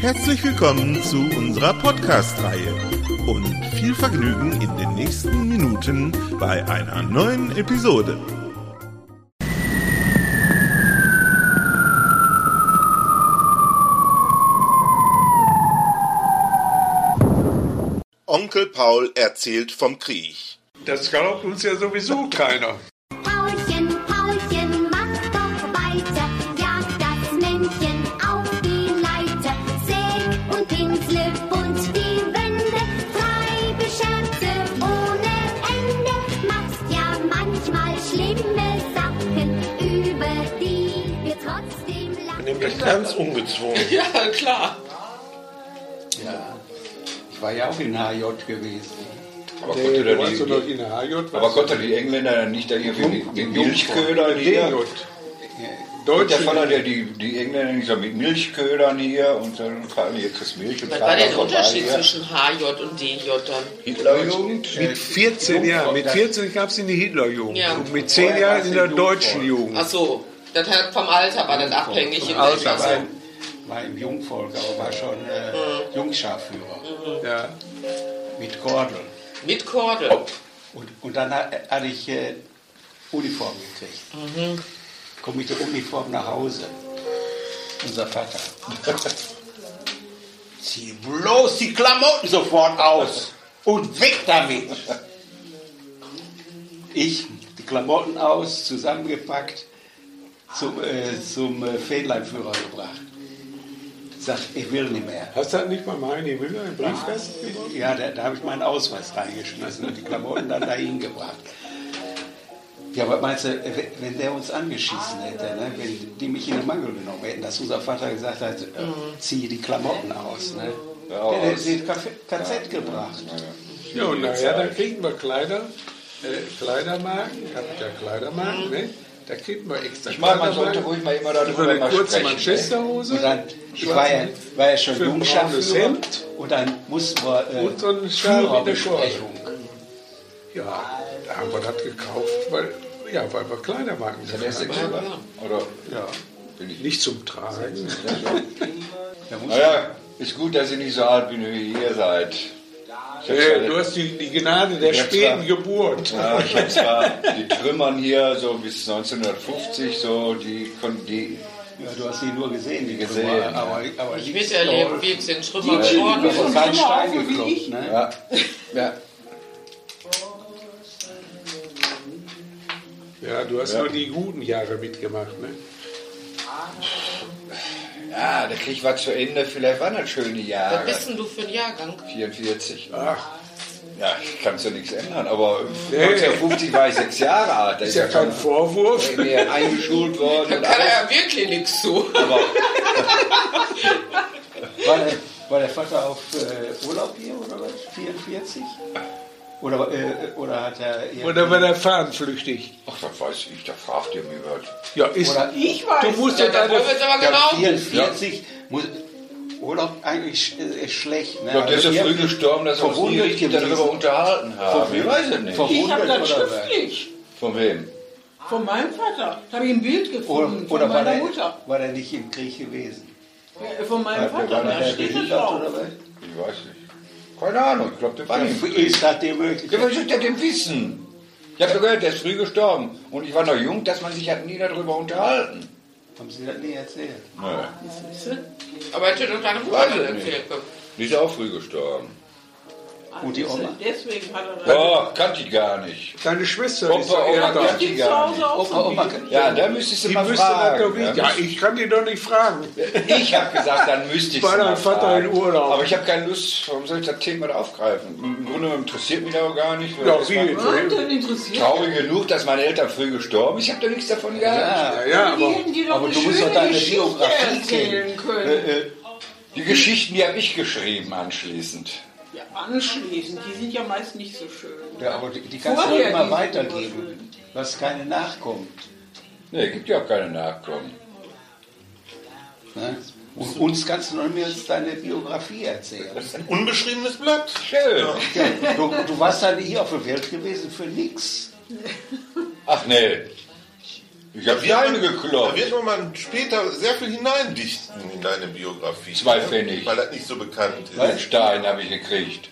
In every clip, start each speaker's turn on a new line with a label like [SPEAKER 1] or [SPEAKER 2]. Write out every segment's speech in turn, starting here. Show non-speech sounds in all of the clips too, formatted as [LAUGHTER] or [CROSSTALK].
[SPEAKER 1] Herzlich willkommen zu unserer Podcast-Reihe und viel Vergnügen in den nächsten Minuten bei einer neuen Episode. Onkel Paul erzählt vom Krieg.
[SPEAKER 2] Das glaubt uns ja sowieso keiner.
[SPEAKER 3] Paulchen, Paulchen, mach doch weiter, jag das Männchen auf die Leiter, säg und pinsle bunt die Wände, frei beschäfte ohne Ende, machst ja manchmal schlimme Sachen, über die wir trotzdem lachen.
[SPEAKER 4] Nämlich ganz ungezwungen.
[SPEAKER 5] [LAUGHS] Ja, klar.
[SPEAKER 6] Ja, ich war ja auch in HJ gewesen.
[SPEAKER 7] Aber
[SPEAKER 2] Nee,
[SPEAKER 7] konnte
[SPEAKER 2] du
[SPEAKER 7] da die,
[SPEAKER 2] warst doch noch
[SPEAKER 7] die,
[SPEAKER 2] in der HJ.
[SPEAKER 7] aber
[SPEAKER 2] was?
[SPEAKER 7] konnte die Engländer dann nicht da irgendwie mit, mit Milchködern
[SPEAKER 2] DJ.
[SPEAKER 7] hier? Und der
[SPEAKER 2] Deutsche.
[SPEAKER 7] Vater, der die, die Engländer nicht so mit Milchködern hier und dann fahren hier das Milch und
[SPEAKER 5] Was
[SPEAKER 7] fahren
[SPEAKER 5] war denn
[SPEAKER 7] da
[SPEAKER 5] der
[SPEAKER 7] vorbei
[SPEAKER 5] Unterschied
[SPEAKER 7] hier.
[SPEAKER 5] zwischen HJ und DJ dann?
[SPEAKER 7] Hitlerjugend?
[SPEAKER 2] Mit 14, ja, mit 14 gab es in die Hitlerjugend.
[SPEAKER 5] Ja.
[SPEAKER 2] Und mit 10 Jahren in der deutschen Jugend.
[SPEAKER 5] Ach so, das hat vom Alter war das abhängig. In welcher
[SPEAKER 6] war,
[SPEAKER 5] Klasse. Mhm.
[SPEAKER 6] war im Jungvolk, aber war schon äh, Jungscharführer
[SPEAKER 2] Ja.
[SPEAKER 6] mit Kordel.
[SPEAKER 5] Mit Kordel.
[SPEAKER 6] Und, und dann ha- hatte ich äh, Uniform gekriegt. Komme mit der Uniform nach Hause. Unser Vater. Zieh bloß die Klamotten sofort aus und weg damit. Ich, die Klamotten aus, zusammengepackt, zum, äh, zum äh, Fähnleinführer gebracht. Sag, ich will nicht mehr.
[SPEAKER 2] Hast du das nicht mal mal in die Müller im Briefkasten gemacht?
[SPEAKER 6] Ja, da, da habe ich meinen Ausweis reingeschmissen und die Klamotten dann dahin gebracht. Ja, aber meinst du, w- wenn der uns angeschissen hätte, ne? wenn die mich in den Mangel genommen hätten, dass unser Vater gesagt hat, äh,
[SPEAKER 5] Mhm.
[SPEAKER 6] zieh die Klamotten aus, ne?
[SPEAKER 7] Ja,
[SPEAKER 6] der hätte
[SPEAKER 7] aus.
[SPEAKER 6] sie in KZ gebracht.
[SPEAKER 2] Ja, und nachher, dann kriegen wir Kleider, äh, Kleidermarken, ich habe ja Kleidermarken, ne? Da kriegen wir extra
[SPEAKER 7] Ich meine, man sollte ruhig mal immer
[SPEAKER 2] So
[SPEAKER 7] darüber
[SPEAKER 2] eine
[SPEAKER 7] mal
[SPEAKER 2] kurze
[SPEAKER 7] sprechen. ne?
[SPEAKER 2] Manchesterhose.
[SPEAKER 6] Und dann, ich war ja, war ja schon
[SPEAKER 2] Für ein braunes
[SPEAKER 6] Jungschaftsführer
[SPEAKER 2] Hemd.
[SPEAKER 6] und dann mussten wir äh,
[SPEAKER 2] Und so einen Schal wie eine
[SPEAKER 6] Führerbesprechung.
[SPEAKER 2] Ja, da haben wir das gekauft, weil, ja, weil wir Kleidermarken
[SPEAKER 7] Der erste
[SPEAKER 2] haben.
[SPEAKER 7] Kleber? Oder
[SPEAKER 2] Ja,
[SPEAKER 7] bin ich nicht?
[SPEAKER 2] nicht zum Tragen.
[SPEAKER 6] Da musste
[SPEAKER 7] [LAUGHS] Naja, ist gut, dass ihr nicht so alt bin, wie ihr hier seid. Ich hab's
[SPEAKER 2] Äh,
[SPEAKER 7] ja-
[SPEAKER 2] du hast die, die Gnade der
[SPEAKER 7] Ja,
[SPEAKER 2] späten
[SPEAKER 7] klar.
[SPEAKER 2] Geburt.
[SPEAKER 7] Ja, ich habe zwar die Trümmern hier so bis 1950, so die, kon- die
[SPEAKER 6] ja, du hast sie nur gesehen, die
[SPEAKER 7] Gesehen,
[SPEAKER 6] Nummer,
[SPEAKER 7] ja.
[SPEAKER 6] aber, aber
[SPEAKER 5] Ich
[SPEAKER 6] nichts
[SPEAKER 5] miterlebt,
[SPEAKER 6] geholfen.
[SPEAKER 5] wie es den Schrömer
[SPEAKER 6] Die
[SPEAKER 5] geworden
[SPEAKER 6] Schule
[SPEAKER 5] ist.
[SPEAKER 6] und kein Stein geklopft, ne?
[SPEAKER 7] Ja. ja.
[SPEAKER 2] Ja, du hast nur die guten Jahre mitgemacht. Ne?
[SPEAKER 7] Ja, der Krieg war zu Ende, vielleicht waren das schöne
[SPEAKER 5] Was
[SPEAKER 7] Jahre.
[SPEAKER 5] bist denn du für ein Jahrgang?
[SPEAKER 7] 44.
[SPEAKER 2] Ach,
[SPEAKER 7] Ja, ich kann ja nichts ändern, aber
[SPEAKER 2] Nee.
[SPEAKER 7] 1950 war ich sechs Jahre alt. Da
[SPEAKER 2] ist ja kein Vorwurf.
[SPEAKER 7] Ich bin ja eingeschult worden [LAUGHS]
[SPEAKER 5] Da
[SPEAKER 7] und
[SPEAKER 5] kann er
[SPEAKER 7] alles.
[SPEAKER 5] ja wirklich nichts zu.
[SPEAKER 7] Aber
[SPEAKER 6] War der, war der Vater auf äh, Urlaub hier oder was? 44? Oder, äh, oder hat er. irgendwie-
[SPEAKER 2] Oder war der fahnenflüchtig?
[SPEAKER 7] ach, das weiß ich, da fragt ihr mir was.
[SPEAKER 2] Ja, ist.
[SPEAKER 6] Oder-
[SPEAKER 2] ich weiß. Du musst ja
[SPEAKER 5] Ja, da
[SPEAKER 2] deine.
[SPEAKER 5] wollen wir es aber
[SPEAKER 6] Ja,
[SPEAKER 5] genau.
[SPEAKER 6] 44 muss. Urlaub eigentlich äh, ist schlecht. Ne?
[SPEAKER 7] Ich glaube, der ist
[SPEAKER 6] Also
[SPEAKER 7] ja früh
[SPEAKER 6] irgendwie
[SPEAKER 7] gestorben, dass wir uns nie
[SPEAKER 6] verwundet
[SPEAKER 7] richtig
[SPEAKER 6] gewesen.
[SPEAKER 7] darüber unterhalten haben. Ich weiß es nicht.
[SPEAKER 6] Verwundet
[SPEAKER 8] Ich habe das
[SPEAKER 6] oder was?
[SPEAKER 8] schriftlich
[SPEAKER 7] Von wem?
[SPEAKER 8] von meinem Vater. Da habe ich ein Bild gefunden
[SPEAKER 6] Oder, oder
[SPEAKER 8] von
[SPEAKER 6] war,
[SPEAKER 8] meiner
[SPEAKER 6] der,
[SPEAKER 8] Mutter.
[SPEAKER 6] war der nicht im Krieg gewesen? Oh.
[SPEAKER 8] Äh, Von meinem
[SPEAKER 7] War- war
[SPEAKER 8] Vater,
[SPEAKER 7] der
[SPEAKER 8] da steht es
[SPEAKER 6] behindert oder
[SPEAKER 8] drauf.
[SPEAKER 6] was?
[SPEAKER 7] Ich weiß nicht. Keine Ahnung, ich glaube, der war nicht.
[SPEAKER 6] Ist das die
[SPEAKER 7] Ja,
[SPEAKER 6] Möglichkeit?
[SPEAKER 7] was soll der denn wissen? Ich habe gehört, der ist früh gestorben. Und ich war noch jung, dass man sich hat nie darüber unterhalten.
[SPEAKER 6] Haben Sie das nie erzählt?
[SPEAKER 7] Nö.
[SPEAKER 5] Aber hätte doch deine Mutter
[SPEAKER 7] Weiß ich
[SPEAKER 5] dann
[SPEAKER 7] nicht.
[SPEAKER 5] erzählt.
[SPEAKER 7] Die ist auch früh gestorben.
[SPEAKER 6] Und Oh, die Oma?
[SPEAKER 8] Deswegen hat er das.
[SPEAKER 7] Oh, kannte ich gar nicht.
[SPEAKER 2] Deine Schwester ist
[SPEAKER 7] Opa,
[SPEAKER 2] doch eher
[SPEAKER 7] Oma,
[SPEAKER 2] da.
[SPEAKER 7] kannte
[SPEAKER 8] Die
[SPEAKER 7] ich
[SPEAKER 8] gibt's zu
[SPEAKER 7] gar nicht.
[SPEAKER 8] Hause auch
[SPEAKER 6] Opa,
[SPEAKER 8] zum
[SPEAKER 6] Oma,
[SPEAKER 8] Bieten.
[SPEAKER 7] Ja, da müsstest du
[SPEAKER 2] Die
[SPEAKER 7] mal
[SPEAKER 2] müsste das doch
[SPEAKER 7] fragen.
[SPEAKER 2] wissen.
[SPEAKER 7] ja.
[SPEAKER 2] Ja, ich kann die doch nicht fragen.
[SPEAKER 7] Ich habe gesagt, dann müsste ich
[SPEAKER 2] War dein Vater in Urlaub?
[SPEAKER 7] Aber ich habe keine Lust, warum soll ich das Thema da aufgreifen? Im Grunde genommen interessiert mich das auch gar nicht. weil
[SPEAKER 2] Ja,
[SPEAKER 7] das
[SPEAKER 2] wie?
[SPEAKER 7] war
[SPEAKER 8] Und dann interessiert
[SPEAKER 7] Traurig genug, dass meine Eltern früh gestorben sind. Ich habe da nichts davon gehabt.
[SPEAKER 6] Ja,
[SPEAKER 2] Ja, aber
[SPEAKER 8] Hätten die doch
[SPEAKER 6] aber
[SPEAKER 8] eine
[SPEAKER 6] du musst
[SPEAKER 8] schöne
[SPEAKER 6] doch deine
[SPEAKER 8] Geschichte
[SPEAKER 6] Biografie
[SPEAKER 8] erzählen
[SPEAKER 6] kennen.
[SPEAKER 8] können.
[SPEAKER 6] Äh, äh,
[SPEAKER 7] Die Geschichten, die habe ich geschrieben anschließend.
[SPEAKER 8] Ja, anschließend, die sind ja meist nicht so schön.
[SPEAKER 6] ja, aber die, die kannst du
[SPEAKER 8] Vorher
[SPEAKER 6] doch immer
[SPEAKER 8] die sind
[SPEAKER 6] weitergeben.
[SPEAKER 8] immer
[SPEAKER 6] Du hast keine Nachkommt.
[SPEAKER 7] Nee, gibt ja auch keine Nachkommen.
[SPEAKER 6] Ne? Und uns kannst du noch nicht mehr jetzt deine Biografie erzählen.
[SPEAKER 1] Ein unbeschriebenes Blatt.
[SPEAKER 7] Schön.
[SPEAKER 6] Ja, du, du warst halt hier auf der Welt gewesen für nichts.
[SPEAKER 7] Ach nee. Ich habe die eine geklopft.
[SPEAKER 1] Da wird man später sehr viel hineindichten in deine Biografie. ne?
[SPEAKER 7] Zwei Pfennig.
[SPEAKER 1] Weil das nicht so bekannt ist.
[SPEAKER 7] Einen Stein habe ich gekriegt.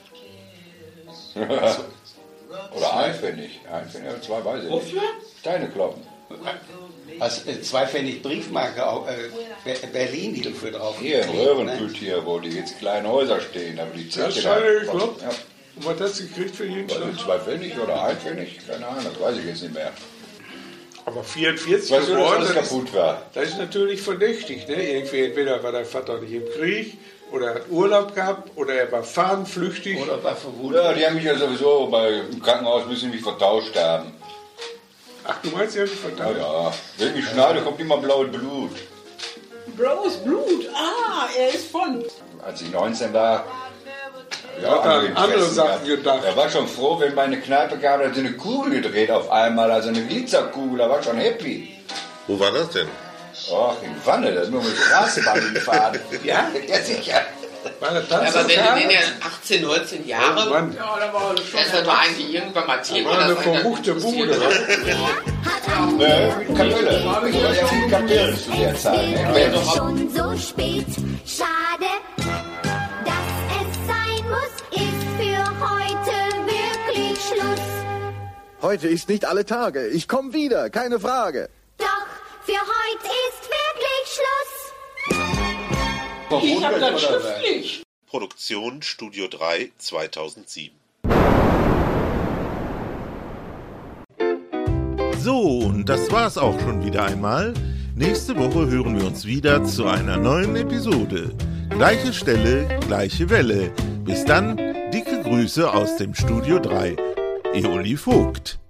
[SPEAKER 7] [LAUGHS] Oder ein Pfennig. Ein Pfennig, ja, zwei weiß ich nicht. Steine kloppen.
[SPEAKER 6] Hast äh, zwei Pfennig Briefmarke, auch, äh, Be- Berlin-Hilfe drauf.
[SPEAKER 7] Hier im
[SPEAKER 6] gekriegt, ne?
[SPEAKER 7] Röhrenpüt hier, wo die jetzt kleinen Häuser stehen, aber die Zeche
[SPEAKER 2] Das habe ich
[SPEAKER 7] da-
[SPEAKER 2] geglaubt.
[SPEAKER 7] Ja,
[SPEAKER 2] Und was hast du gekriegt für jeden
[SPEAKER 7] also
[SPEAKER 2] Schlag?
[SPEAKER 7] zwei Pfennig oder ein Pfennig, keine Ahnung, das weiß ich jetzt nicht mehr.
[SPEAKER 2] Aber 44
[SPEAKER 7] Weißt du, dass
[SPEAKER 2] geworden,
[SPEAKER 7] alles
[SPEAKER 2] das ist,
[SPEAKER 7] kaputt war?
[SPEAKER 2] das ist natürlich verdächtig. Ne? Irgendwie entweder war dein Vater nicht im Krieg oder er hat Urlaub gehabt oder er war fahnenflüchtig.
[SPEAKER 6] Oder war verwundet.
[SPEAKER 7] Ja, die haben mich ja sowieso bei, im Krankenhaus müssen die mich vertauscht haben.
[SPEAKER 2] Ach, du meinst ja nicht verdammt.
[SPEAKER 7] Ja, wenn ich mich schneide, kommt immer blaues Blut.
[SPEAKER 8] Blaues Blut, ah, er ist von.
[SPEAKER 7] Als ich 19 war, ja,
[SPEAKER 2] Hat er an andere
[SPEAKER 7] Interessen
[SPEAKER 2] Sachen
[SPEAKER 7] gehabt.
[SPEAKER 2] gedacht.
[SPEAKER 7] Er war schon froh, wenn meine Kneipe gab, da hat sie eine Kugel gedreht auf einmal, also eine Glitzerkugel, er war schon happy.
[SPEAKER 1] Wo war das denn?
[SPEAKER 7] Ach, in Wanne, da sind wir mit Straßenbahn gefahren. [LAUGHS]
[SPEAKER 2] Ja?
[SPEAKER 7] ja, sicher.
[SPEAKER 2] War das
[SPEAKER 5] Aber wenn
[SPEAKER 2] Tanzlokal?
[SPEAKER 5] du den ja 18, 19 Jahre,
[SPEAKER 2] Mann,
[SPEAKER 8] Ja, da war er schon.
[SPEAKER 5] das wird doch eigentlich irgendwann mal Thema.
[SPEAKER 2] war eine
[SPEAKER 5] dass man dann
[SPEAKER 2] verruchte
[SPEAKER 5] interessiert
[SPEAKER 2] Bude.
[SPEAKER 5] wird.
[SPEAKER 2] Äh,
[SPEAKER 7] Ne, Kapelle. War ja viel Kapelle zu der Zeit. Ne?
[SPEAKER 3] Es
[SPEAKER 7] Wenn-
[SPEAKER 3] wird schon so spät. Schade, dass es sein muss, ist für heute wirklich Schluss.
[SPEAKER 4] Heute ist nicht alle Tage. Ich komm wieder, keine Frage.
[SPEAKER 3] Doch für heute ist wirklich Schluss.
[SPEAKER 8] Ich habe das
[SPEAKER 6] oder was?
[SPEAKER 8] schriftlich.
[SPEAKER 1] Produktion Studio 3 2007. So, und das war's auch schon wieder einmal. Nächste Woche hören wir uns wieder zu einer neuen Episode. Gleiche Stelle, gleiche Welle. Bis dann, dicke Grüße aus dem Studio 3. Eoli Vogt.